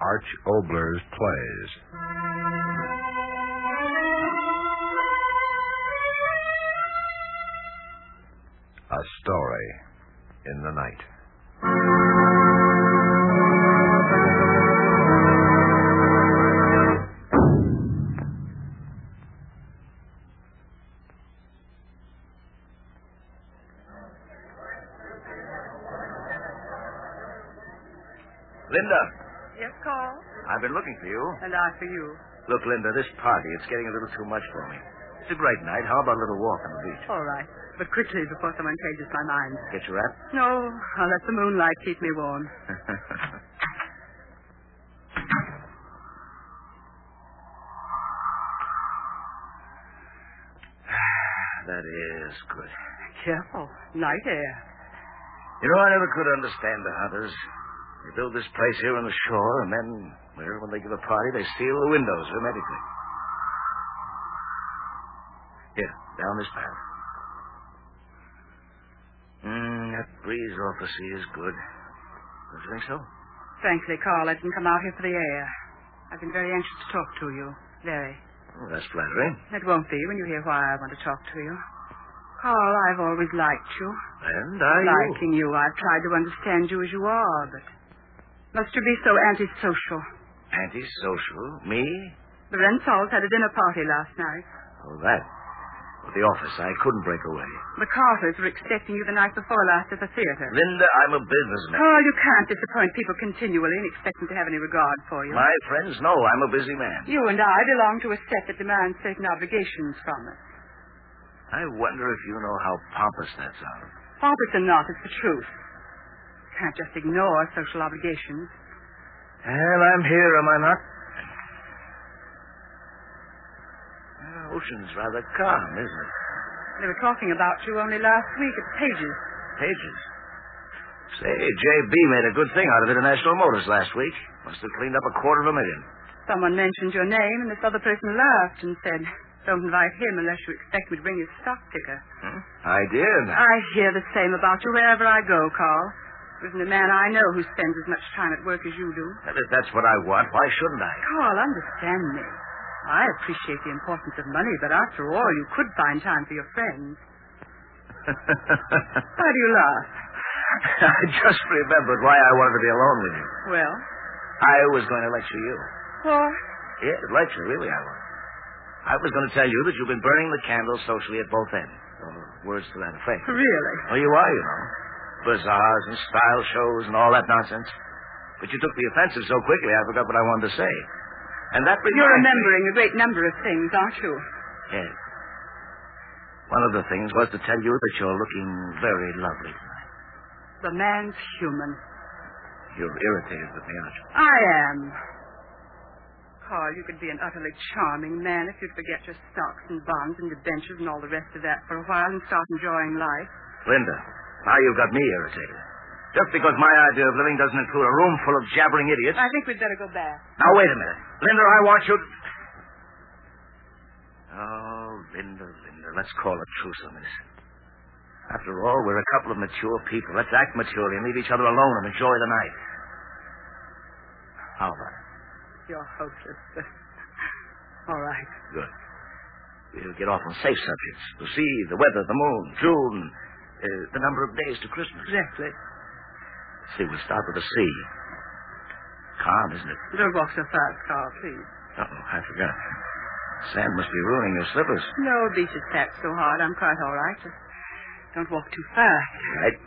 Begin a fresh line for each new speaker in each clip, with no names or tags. Arch Obler's plays. A story in the night.
Linda,
Yes, Carl?
I've been looking for you.
And I for you.
Look, Linda, this party, it's getting a little too much for me. It's a great night. How about a little walk on the beach?
All right. But quickly before someone changes my mind.
Get your hat?
No, I'll let the moonlight keep me warm.
that is good.
Careful. Night air.
You know, I never could understand the hunters. They build this place here on the shore, and then, well, when they give a party, they steal the windows hermetically. Here, down this path. Mm, that breeze off the sea is good. Don't you think so?
Frankly, Carl, I didn't come out here for the air. I've been very anxious to talk to you. Very.
Oh, that's flattering.
It won't be when you hear why I want to talk to you. Carl, I've always liked you.
And I.
Liking you, I've tried to understand you as you are, but must you be so antisocial?
Antisocial? Me?
Lorenzo's had a dinner party last night.
Oh, that. With the office, I couldn't break away.
The Carters were expecting you the night before last at the theater.
Linda, I'm a businessman.
Carl, you can't disappoint people continually and expect them to have any regard for you.
My friends know I'm a busy man.
You and I belong to a set that demands certain obligations from us.
I wonder if you know how pompous that sounds.
Pompous or not, it's the truth. Can't just ignore social obligations.
Well, I'm here, am I not? The ocean's rather calm, isn't it?
They were talking about you only last week at Page's.
Pages. Say, J.B. made a good thing out of International Motors last week. Must have cleaned up a quarter of a million.
Someone mentioned your name, and this other person laughed and said, Don't invite him unless you expect me to bring his stock ticker.
Hmm? I did.
I hear the same about you wherever I go, Carl. There isn't a man I know who spends as much time at work as you do.
And if that's what I want, why shouldn't I?
Carl, understand me. I appreciate the importance of money, but after all, you could find time for your friends. Why do you laugh?
I just remembered why I wanted to be alone with you.
Well,
I was going to lecture you.
what?
Yeah, lecture, really, I was. I was going to tell you that you've been burning the candle socially at both ends. Or words to that effect.
Really?
Well, you are, you know. Bazaars and style shows and all that nonsense. But you took the offensive so quickly, I forgot what I wanted to say. And that reminds
You're
me-
remembering a great number of things, aren't you?
Yes. One of the things was to tell you that you're looking very lovely tonight.
The man's human.
You're irritated with me, aren't you?
I am. Carl, you could be an utterly charming man if you'd forget your stocks and bonds and debentures and all the rest of that for a while and start enjoying life.
Linda, now you've got me irritated. Just because my idea of living doesn't include a room full of jabbering idiots.
I think we'd better go back.
Now, wait a minute. Linda, I want you. Oh, Linda, Linda, let's call a truce on this. After all, we're a couple of mature people. Let's act maturely and leave each other alone and enjoy the night. How about it?
You're hopeless. but- all right.
Good. We'll get off on safe subjects. The sea, the weather, the moon, June, uh, the number of days to Christmas.
Exactly.
See, we'll start with the sea. Calm, isn't it?
Don't walk so fast, Carl, please.
Uh-oh, I forgot. Sand must be ruining your slippers.
No, the beach is packed so hard. I'm quite all right. Just don't walk too fast.
Right.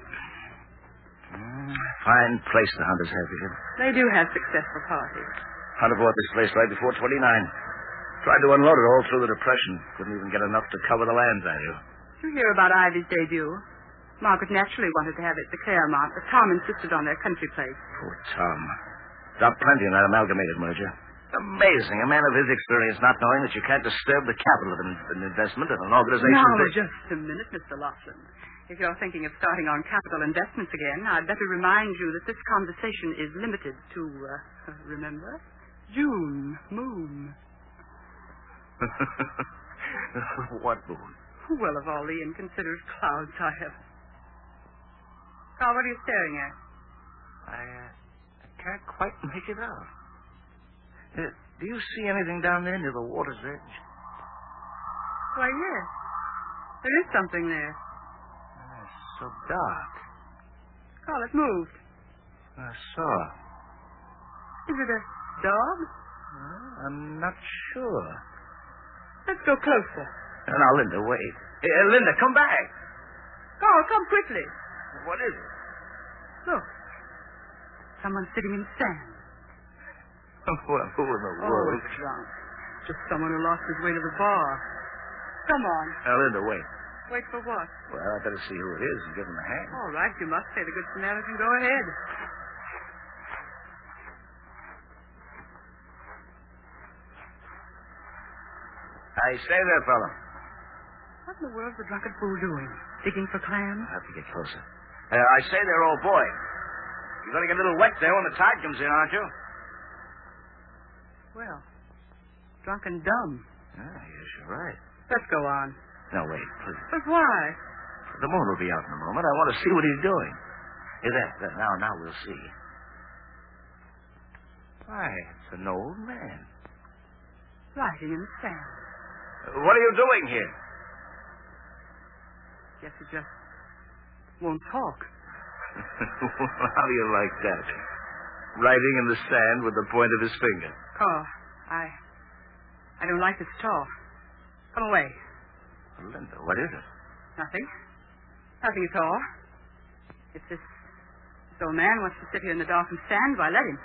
Mm, fine place the hunters have here.
They do have successful parties.
Hunter bought this place right before 29. Tried to unload it all through the Depression. Couldn't even get enough to cover the land value.
Did you hear about Ivy's debut? Margaret naturally wanted to have it at the Claremont, but Tom insisted on their country place.
Poor Tom. Dropped plenty in that amalgamated merger. Amazing. A man of his experience not knowing that you can't disturb the capital of an, an investment in an organization.
Now,
that-
just a minute, Mr. Laughlin. If you're thinking of starting on capital investments again, I'd better remind you that this conversation is limited to, uh, remember? June moon.
what moon?
Well, of all the inconsiderate clouds I have. Carl, what are you staring at?
I, uh, I can't quite make it out. Uh, do you see anything down there near the water's edge?
Why, yes. There is something there.
Oh, it's so dark.
Oh, it moved.
I saw.
Is it a dog?
Well, I'm not sure.
Let's go closer.
Uh, Now, Linda, wait. Uh, Linda, come back.
Carl, come quickly.
What is it?
Look. Someone's sitting in sand.
well, who in the
Oh,
world?
a drunk. Just someone who lost his way to the bar. Come on.
Now, Oh, Linda, wait.
Wait for what?
Well, I better see who it is and give him a hand.
All right, you must say the Good Samaritan. Go ahead.
I say there, fella.
What in the world's the drunken fool doing? Digging for clams?
I'll have to get closer. Uh, I say there, old boy. You're going to get a little wet there when the tide comes in, aren't you?
Well, drunk and dumb.
Ah, yes, you're right.
Let's go on.
Now, wait, please.
But why?
The moon will be out in a moment. I want to see what he's doing. Here, there, there. Now, now we'll see. Why, it's an old man.
Riding in the sand.
Uh, What are you doing here?
Guess it just won't talk.
How do you like that? Writing in the sand with the point of his finger.
Carl, Oh, I. I don't like this at all. Come away.
Linda, what is it?
Nothing. Nothing at all. If this, this old man wants to sit here in the dark and sand, why let him.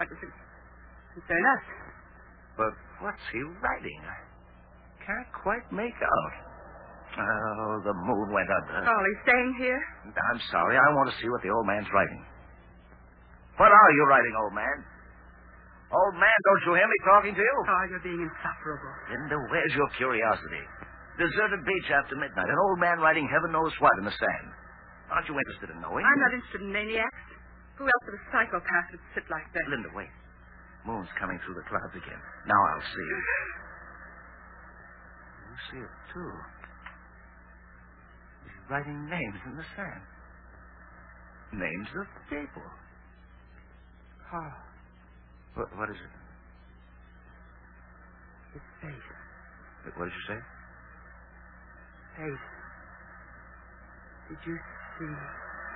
But it's concern us.
But what's he writing? I can't quite make out. Oh, the moon went under.
Carl, he's staying here.
I'm sorry. I want to see what the old man's writing. What are you writing, old man? Old man, don't you hear me talking to you?
Carl, Oh, you're being insufferable.
Linda, where's your curiosity? Deserted beach after midnight. An old man writing heaven knows what in the sand. Aren't you interested in knowing?
I'm not interested in maniacs. Who else but a psychopath would sit like that?
Linda, wait. Moon's coming through the clouds again. Now I'll see it. You see it, too. He's writing names in the sand. Names of people.
Carl,
What, what is it?
his face.
What did you say?
Face. Did you see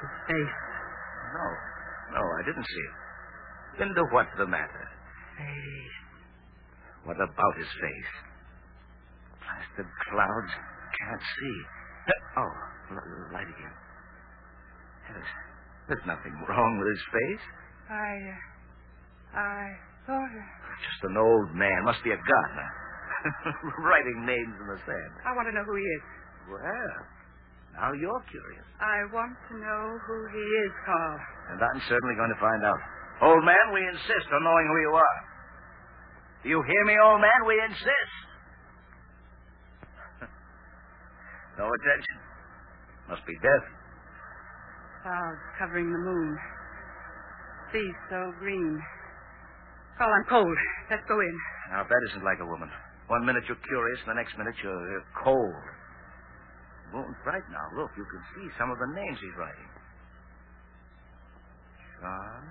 his face?
No. No, I didn't see it. Linda, what's the matter?
Face.
What about his face? Blasted clouds. Can't see. Uh, Oh, l- light again. There's, there's nothing wrong with his face.
I. Uh, I thought.
Just an old man. Must be a gardener. Writing names in the sand.
I want to know who he is.
Well, now you're curious.
I want to know who he is, Carl.
And I'm certainly going to find out. Old man, we insist on knowing who you are. Do you hear me, old man? We insist. no attention. Must be death.
Clouds covering the moon. Sea so green. Carl, I'm cold. Let's go in.
Now, that isn't like a woman. One minute you're curious, and the next minute you're, you're cold. Moon's bright now. Look, you can see some of the names he's writing. John.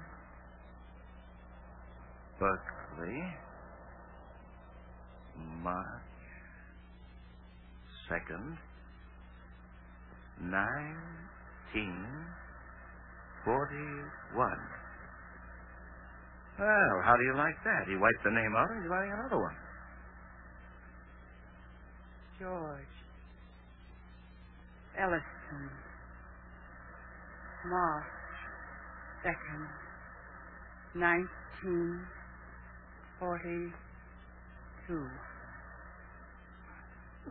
Berkeley. March. Second. Nineteen. Forty-one. Well, how do you like that? He wiped the name out and he's writing another one.
George. Ellison. March. Second. Nineteen forty-two.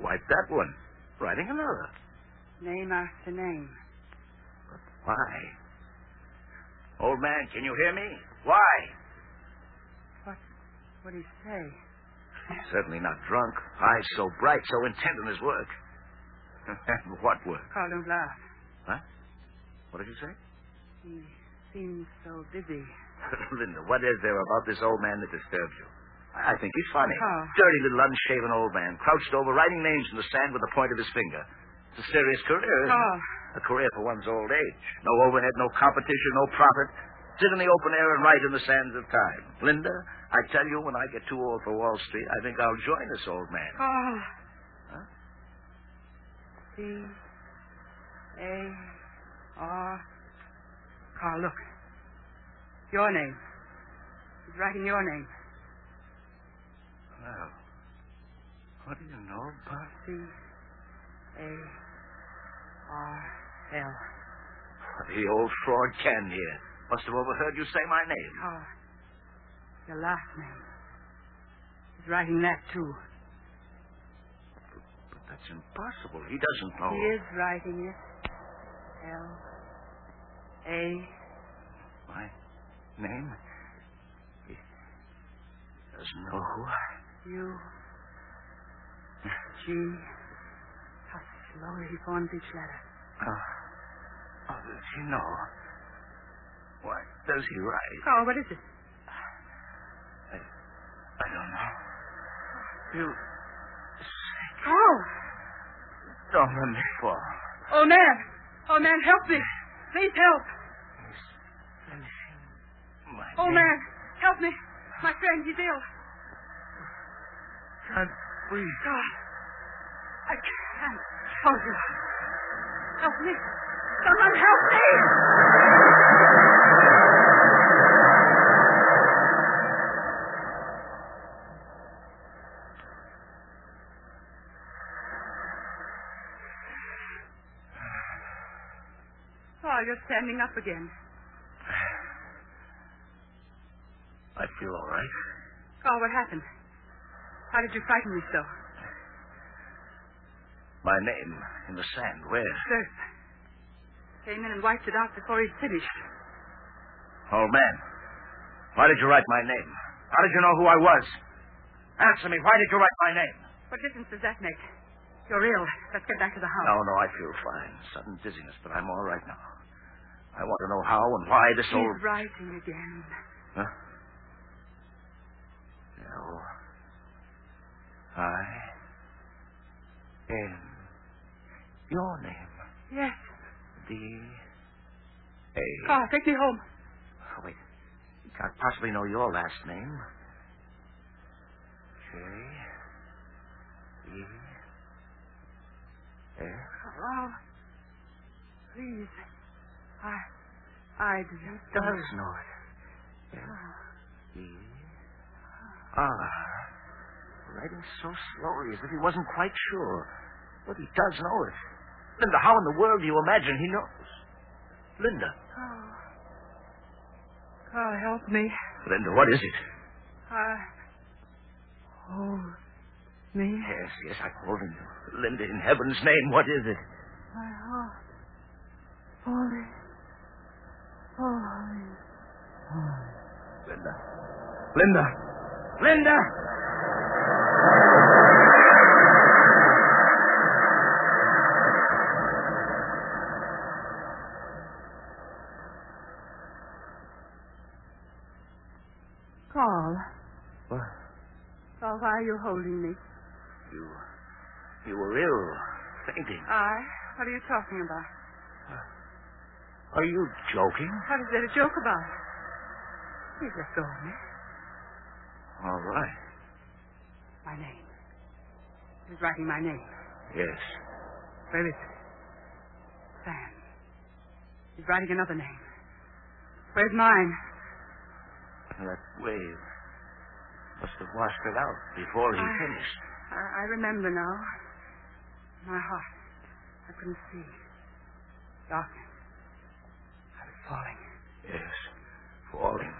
Wipe that one. Writing another.
Name after name.
Why? Old man, can you hear me? Why?
What would he say?
Certainly not drunk. Eyes so bright, so intent on his work. and what work?
Carl, don't laugh.
What did you say?
He seems so busy.
Linda, what is there about this old man that disturbs you? I I think he's funny.
Oh.
Dirty little unshaven old man, crouched over, writing names in the sand with the point of his finger. It's a serious career. isn't it?
Carl,
A career for one's old age. No overhead, no competition, no profit. Sit in the open air and write in the sands of time. Linda, I tell you, when I get too old for Wall Street, I think I'll join this old man.
Carl.
Huh?
C. A. R. Carl, look. Your name. He's writing your name.
Well, what do you know about
C. A. R. L.
The old fraud can hear. Must have overheard you say my name.
Carl. Your last name. He's writing that, too.
But that's impossible. He doesn't know.
He is writing it. L. A.
My name? He doesn't know who I...
U. G. How slowly he forms each letter.
Oh. How does he know? Why does he write?
Carl, Oh, what is it?
I don't know. You
Carl!
don't let me fall.
Oh, man. Oh, man, help me. Please help.
Let me see. My
Oh,
name.
man, help me. My friend, he's ill.
Can't breathe.
God, I can't hold you. Help me. Someone help me. Oh, you're standing up again.
I feel all right.
Carl, Oh, what happened? How did you frighten me so?
My name in the sand. Where?
Surf. Came in and wiped it out before he'd finished.
Old man, why did you write my name? How did you know who I was? Answer me, why did you write my name?
What difference does that make? You're ill. Let's get back to the house.
No, no, I feel fine. Sudden dizziness, but I'm all right now. I want to know how and why this
He's
old.
writing again.
Huh? L. I. M. Your name.
Yes.
D. A.
Carl, take me home.
Oh, wait. You can't possibly know your last name. J. E. F.
Carl, please. I, I didn't.
Does know it. E. R. Ah, Writing so slowly as if he wasn't quite sure. But he does know it. Linda, how in the world do you imagine he knows? Linda.
Oh. Carl, help me.
Linda, what is it?
I. Oh, me.
Yes, yes, I'm holding you. Linda, in heaven's name, what is it?
My heart. Holy. Holy.
Linda. Linda. Linda!
Carl.
What?
Carl, why are you holding me?
You. You were ill, fainting.
I? What are you talking about?
Are you joking?
How is there a joke about? it? Please let go of me.
All right.
My name. He's writing my name.
Yes.
Where is it? Sam. He's writing another name. Where's mine?
That wave must have washed it out before he
Ah.
finished.
I, I remember now. My heart. I couldn't see. Darkness. I was falling.
Yes. Falling.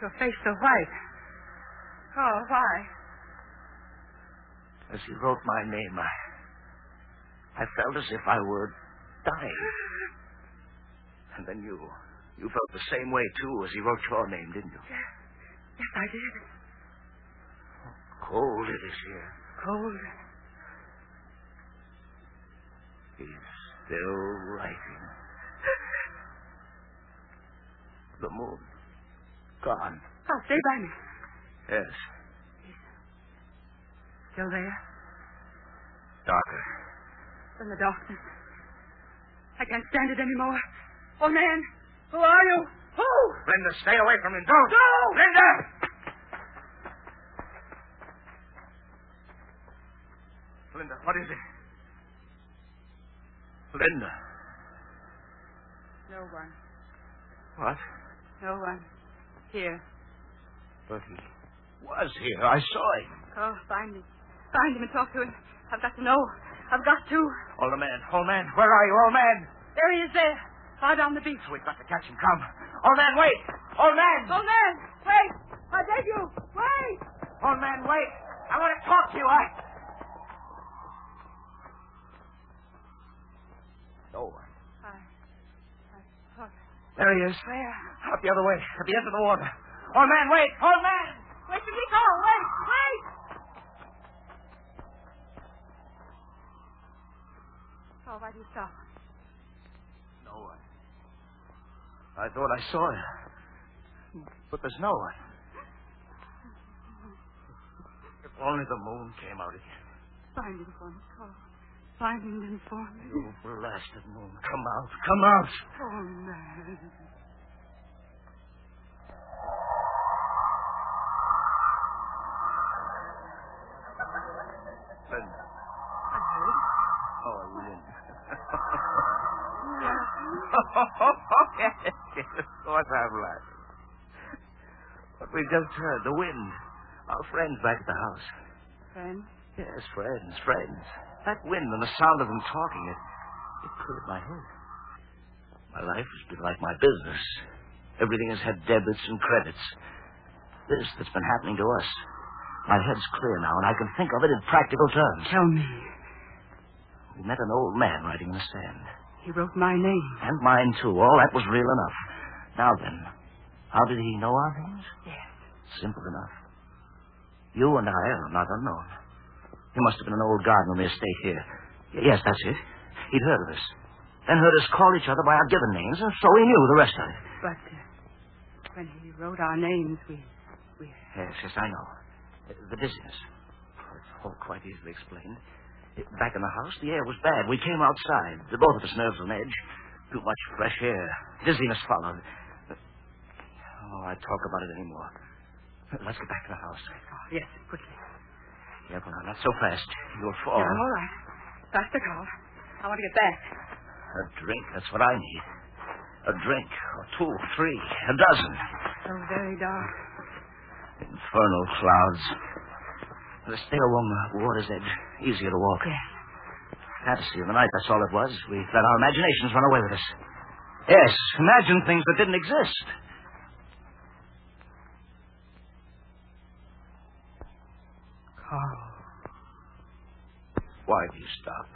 Your face so white. Carl, why?
As he wrote my name, I. I felt as if I were dying. And then you. You felt the same way, too, as he wrote your name, didn't you?
Yes, I did.
Cold it is here.
Cold.
He's still writing. The moon. Gone.
Carl, Oh, stay by me.
Yes.
Still there?
Darker.
from the darkness. I can't stand it anymore. Oh, man, who are you? Oh!
Linda, stay away from him. Don't.
No!
Linda! Linda, what is it? Linda.
No one.
What?
No one. Here.
But he was here. I saw him.
Oh, find him. Find him and talk to him. I've got to know. I've got to.
Old man, old man, where are you, old man?
There he is there. Far down the beach.
We've got to catch him. Come. Old man, wait. Old man.
Oh, man! Wait! I beg you! Wait!
Old man, wait. I want to talk to you. I. No one.
I... I thought...
There he is.
Where?
Up the other way, at the end of the water. Old man, wait. Old man.
Where should we go? Wait! Wait! Oh, why do you stop?
No one. I thought I saw you. But there's no one. If only the moon came out again.
Find him for me. Oh, find him for me.
You blasted moon. Come out. Come out.
Oh, man.
Linda.
I heard.
Oh, Linda.
Yes.
of course I'm laughing. But we've just heard the wind. Our friends back at the house.
Friend?
Yes, friends, friends. That wind and the sound of them talking, it, it cleared my head. My life has been like my business. Everything has had debits and credits. This that's been happening to us. My head's clear now, and I can think of it in practical terms.
Tell me.
We met an old man riding in the sand.
He wrote my name.
And mine, too. All that was real enough. Now then, how did he know our names?
Yes.
Simple enough. You and I are not unknown. He must have been an old garden on the estate here. Y- Yes, that's it. He'd heard of us. Then heard us call each other by our given names, and so he knew the rest of it.
But uh, when he wrote our names, we... we...
Yes, yes, I know. Uh, The business. Oh, It's all quite easily explained. Uh, Back in the house, the air was bad. We came outside. The both of us nerves on edge. Too much fresh air. Dizziness followed. Uh, Oh, I talk about it anymore. Let's get back to the house.
Oh, yes, quickly.
Yeah, but not so fast. You'll fall.
Yeah, all right. Faster, Carl. I want to get back.
A drink, that's what I need. A drink, or two, three, a dozen.
So very dark.
Infernal clouds. Let's stay along the water's edge. Easier to walk.
Yes.
Fantasy of the night, that's all it was. We let our imaginations run away with us. Yes, imagine things that didn't exist.
Carl.
Why do you stop?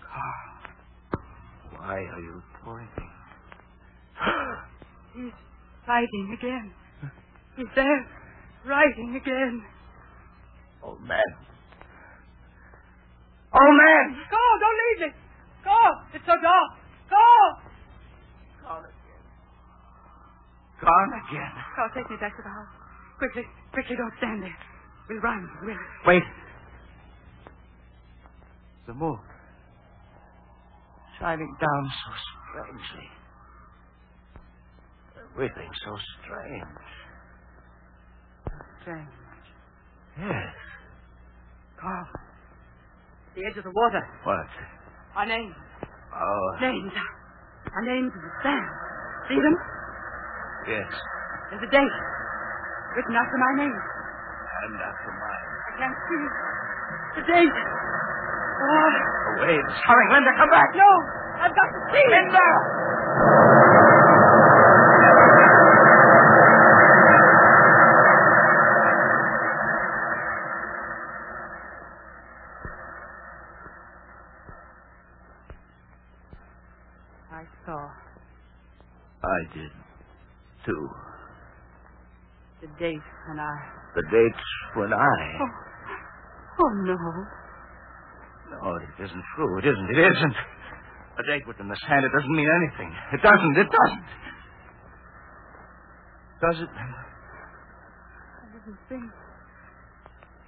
Carl.
Why are you pointing?
He's writing again. He's there. Writing again.
Old man. Old man!
Carl, don't leave me. Carl, it's so dark. Carl!
Gone again. Gone again.
Carl, take me back to the house. Quickly, quickly, don't stand there. We'll run. We'll...
Wait. The moon. Shining down so strangely. Everything so strange.
Strange.
Yes.
Carl. The edge of the water.
What?
Our names.
Oh,
Names. Our names in the sand. See them?
yes.
There's a date. Written after my name.
And after mine.
I can't see it. The date. Oh,
The waves. Coming, Linda, come back.
no. I've got to see it.
Linda!
I saw
I did, too.
the date when I...
The dates when I...
Oh, oh no.
No, Oh, it isn't true. It isn't. It isn't. A date with them, the sand, it doesn't mean anything. It doesn't. It doesn't. Does it?
I didn't think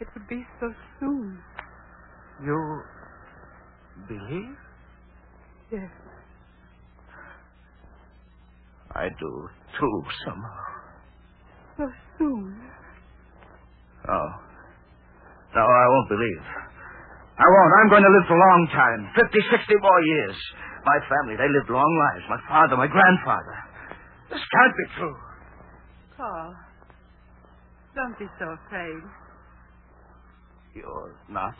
it would be so soon.
You believe?
Yes.
I do, too, somehow.
So soon.
No. Oh. No, I won't believe. I won't. I'm going to live for a long time. fifty, sixty more years. My family, they lived long lives. My father, my grandfather. This can't be true.
Carl, don't be so afraid.
You're not.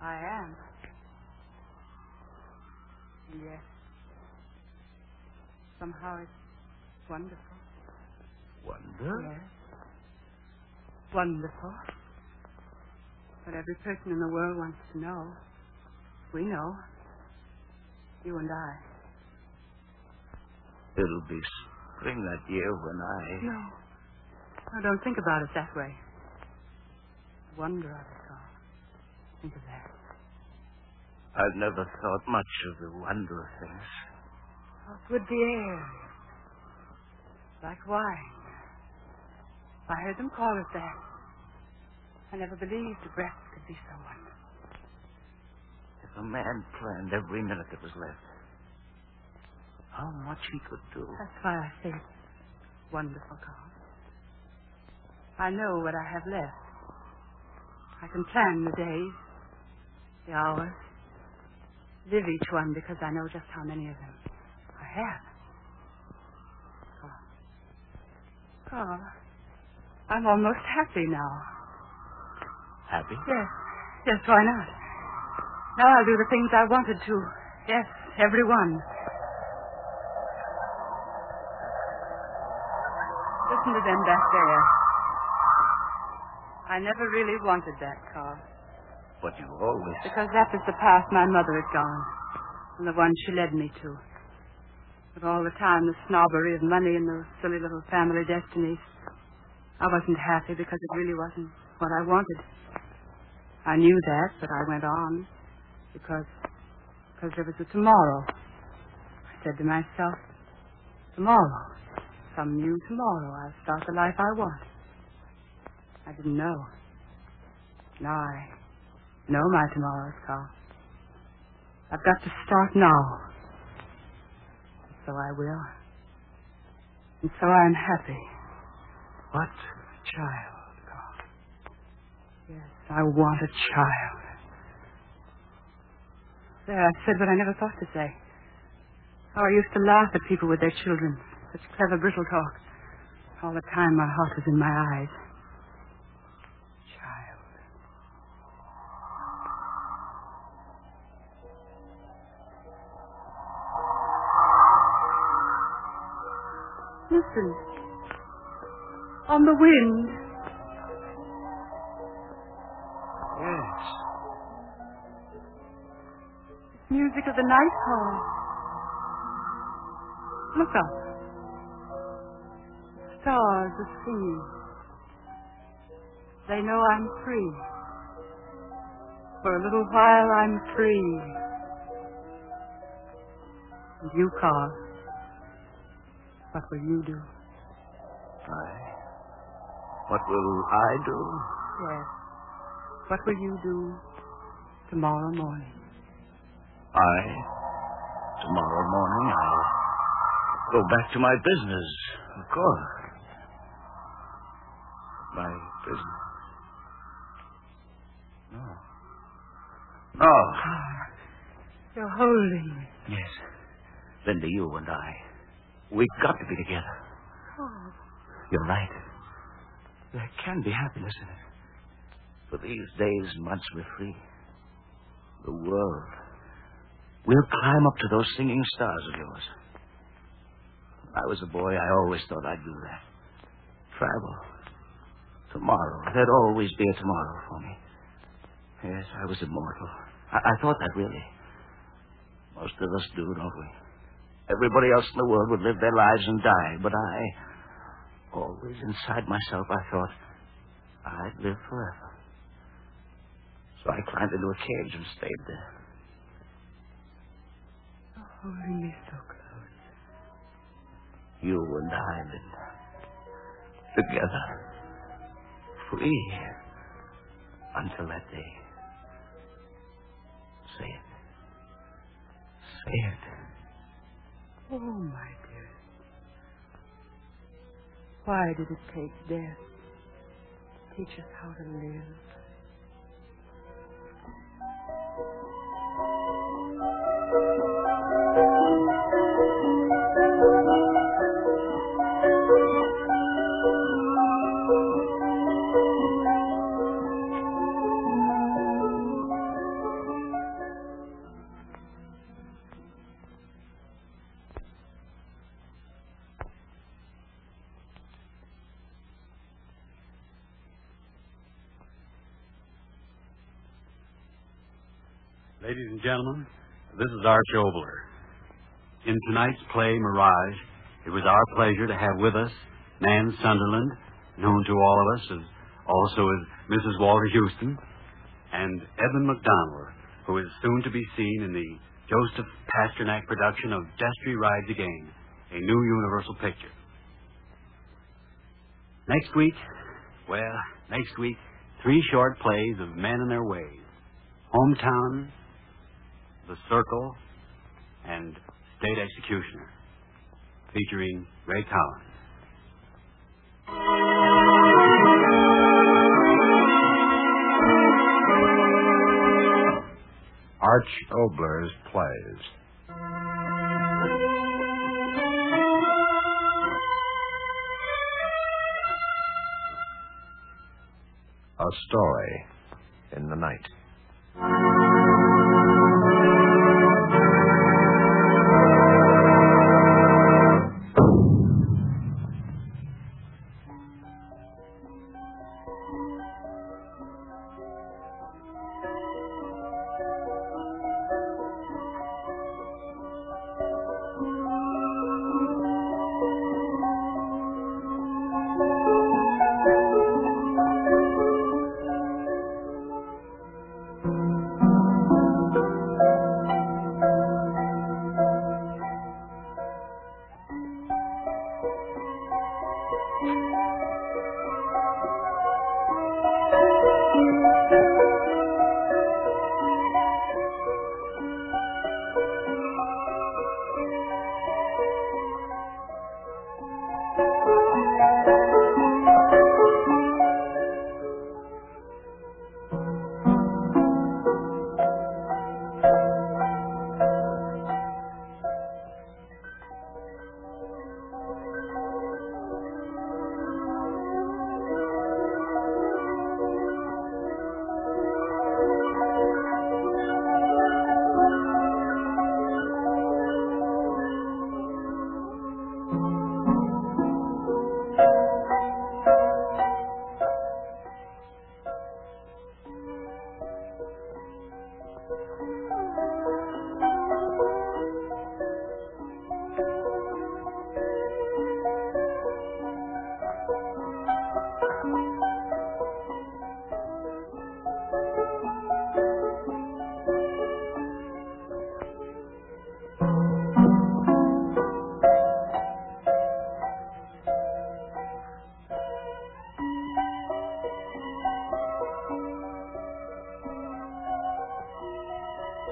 I am. And yes. Somehow it's wonderful.
Wonder?
Yes. Wonderful. But every person in the world wants to know. We know. You and I.
It'll be spring that year when I.
No. No, don't think about it that way. Wonder of it all. Think of that.
I've never thought much of the wonder of things.
How good the air. is. Like wine. I heard them call it that. I never believed a breath could be so wonderful.
If a man planned every minute that was left, how much he could do.
That's why I say it's wonderful, Carl. I know what I have left. I can plan the days, the hours, live each one because I know just how many of them I have. Carl. Carl, I'm almost happy now.
Happy?
Yes, yes, why not? Now I'll do the things I wanted to. Yes, every one. Listen to them back there. I never really wanted that car
But you always.
because that was the path my mother had gone and the one she led me to. But all the time, the snobbery of money and those silly little family destinies. I wasn't happy because it really wasn't what I wanted. I knew that, but I went on because because there was a tomorrow. I said to myself, tomorrow, some new tomorrow, I'll start the life I want. I didn't know. Now I no, my tomorrow's Carl. I've got to start now. And so I will. And so I'm happy.
What?
Child, Carl. Yes, I want a child. There, I said what I never thought to say. How I used to laugh at people with their children. Such clever, brittle talk. All the time my heart was in my eyes. Child. Listen. On the wind.
Yes.
Music of the night call. Look up. The Stars are singing. They know I'm free. For a little while I'm free. And you, Carl, what will you do?
I. What will I do?
Yes. What will you do tomorrow morning?
I. Tomorrow morning I'll go back to my business, of course. My business. No. No.
Ah, You're holding me.
Yes. Linda, you and I. We've got to be together.
Oh,
You're right. There can be happiness in it. For these days and months we're free. The world. We'll climb up to those singing stars of yours. When I was a boy, I always thought I'd do that. Travel. Tomorrow. There'd always be a tomorrow for me. Yes, I was immortal. I, I thought that really. Most of us do, don't we? Everybody else in the world would live their lives and die, but I. Always inside myself, I thought I'd live forever. So I climbed into a cage and stayed there.
you're holding me so close.
You and I, Linda. Together. Free. Until that day. Say it. Say it.
Oh, my dear. Why did it take death to teach us how to live?
Ladies and gentlemen, this is Arch Obler. In tonight's play, Mirage, it was our pleasure to have with us Nan Sunderland, known to all of us as also as Mrs. Walter Houston, and Eben McDonald, who is soon to be seen in the Joseph Pasternak production of Destry Rides Again, a new Universal picture. Next week, well, next week, three short plays of Men and Their Ways. Hometown, The Circle, and State Executioner, featuring Ray Collins.
Arch Obler's plays. A story in the night.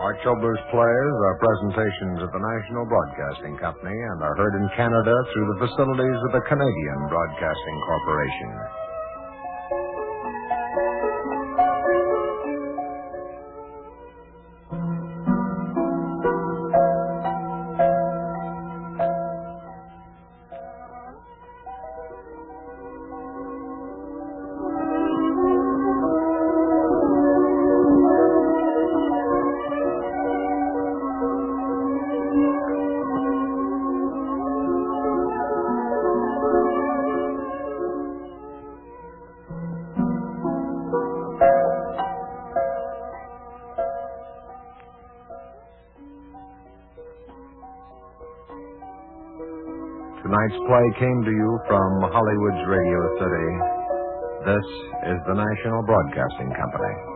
Arch Obler's plays are presentations of the National Broadcasting Company and are heard in Canada through the facilities of the Canadian Broadcasting Corporation. Tonight's play came to you from Hollywood's Radio City. This is the National Broadcasting Company.